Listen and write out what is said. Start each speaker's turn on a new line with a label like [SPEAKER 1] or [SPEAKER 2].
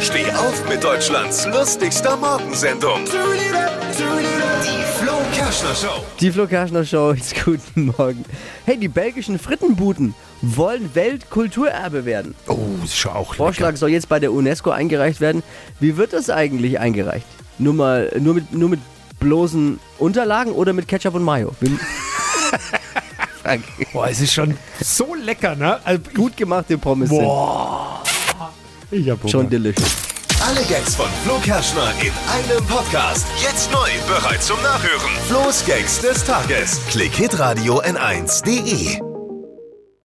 [SPEAKER 1] Steh auf mit Deutschlands lustigster Morgensendung. Die Flo Kerschner Show.
[SPEAKER 2] Die Flo Kerschner Show ist guten Morgen. Hey, die belgischen Frittenbuden wollen Weltkulturerbe werden.
[SPEAKER 3] Oh, ist schon auch lecker.
[SPEAKER 2] Vorschlag soll jetzt bei der UNESCO eingereicht werden. Wie wird das eigentlich eingereicht? Nur mal, nur mit, nur mit bloßen Unterlagen oder mit Ketchup und Mayo? Wie-
[SPEAKER 3] Boah, es ist schon so lecker, ne? Also,
[SPEAKER 2] Gut gemachte Pommes sind
[SPEAKER 3] ich hab Hunger.
[SPEAKER 2] schon delicious.
[SPEAKER 1] Alle Gags von Flo Kerschner in einem Podcast. Jetzt neu, bereit zum Nachhören. Flo's Gags des Tages. Klick Hitradio N1.de.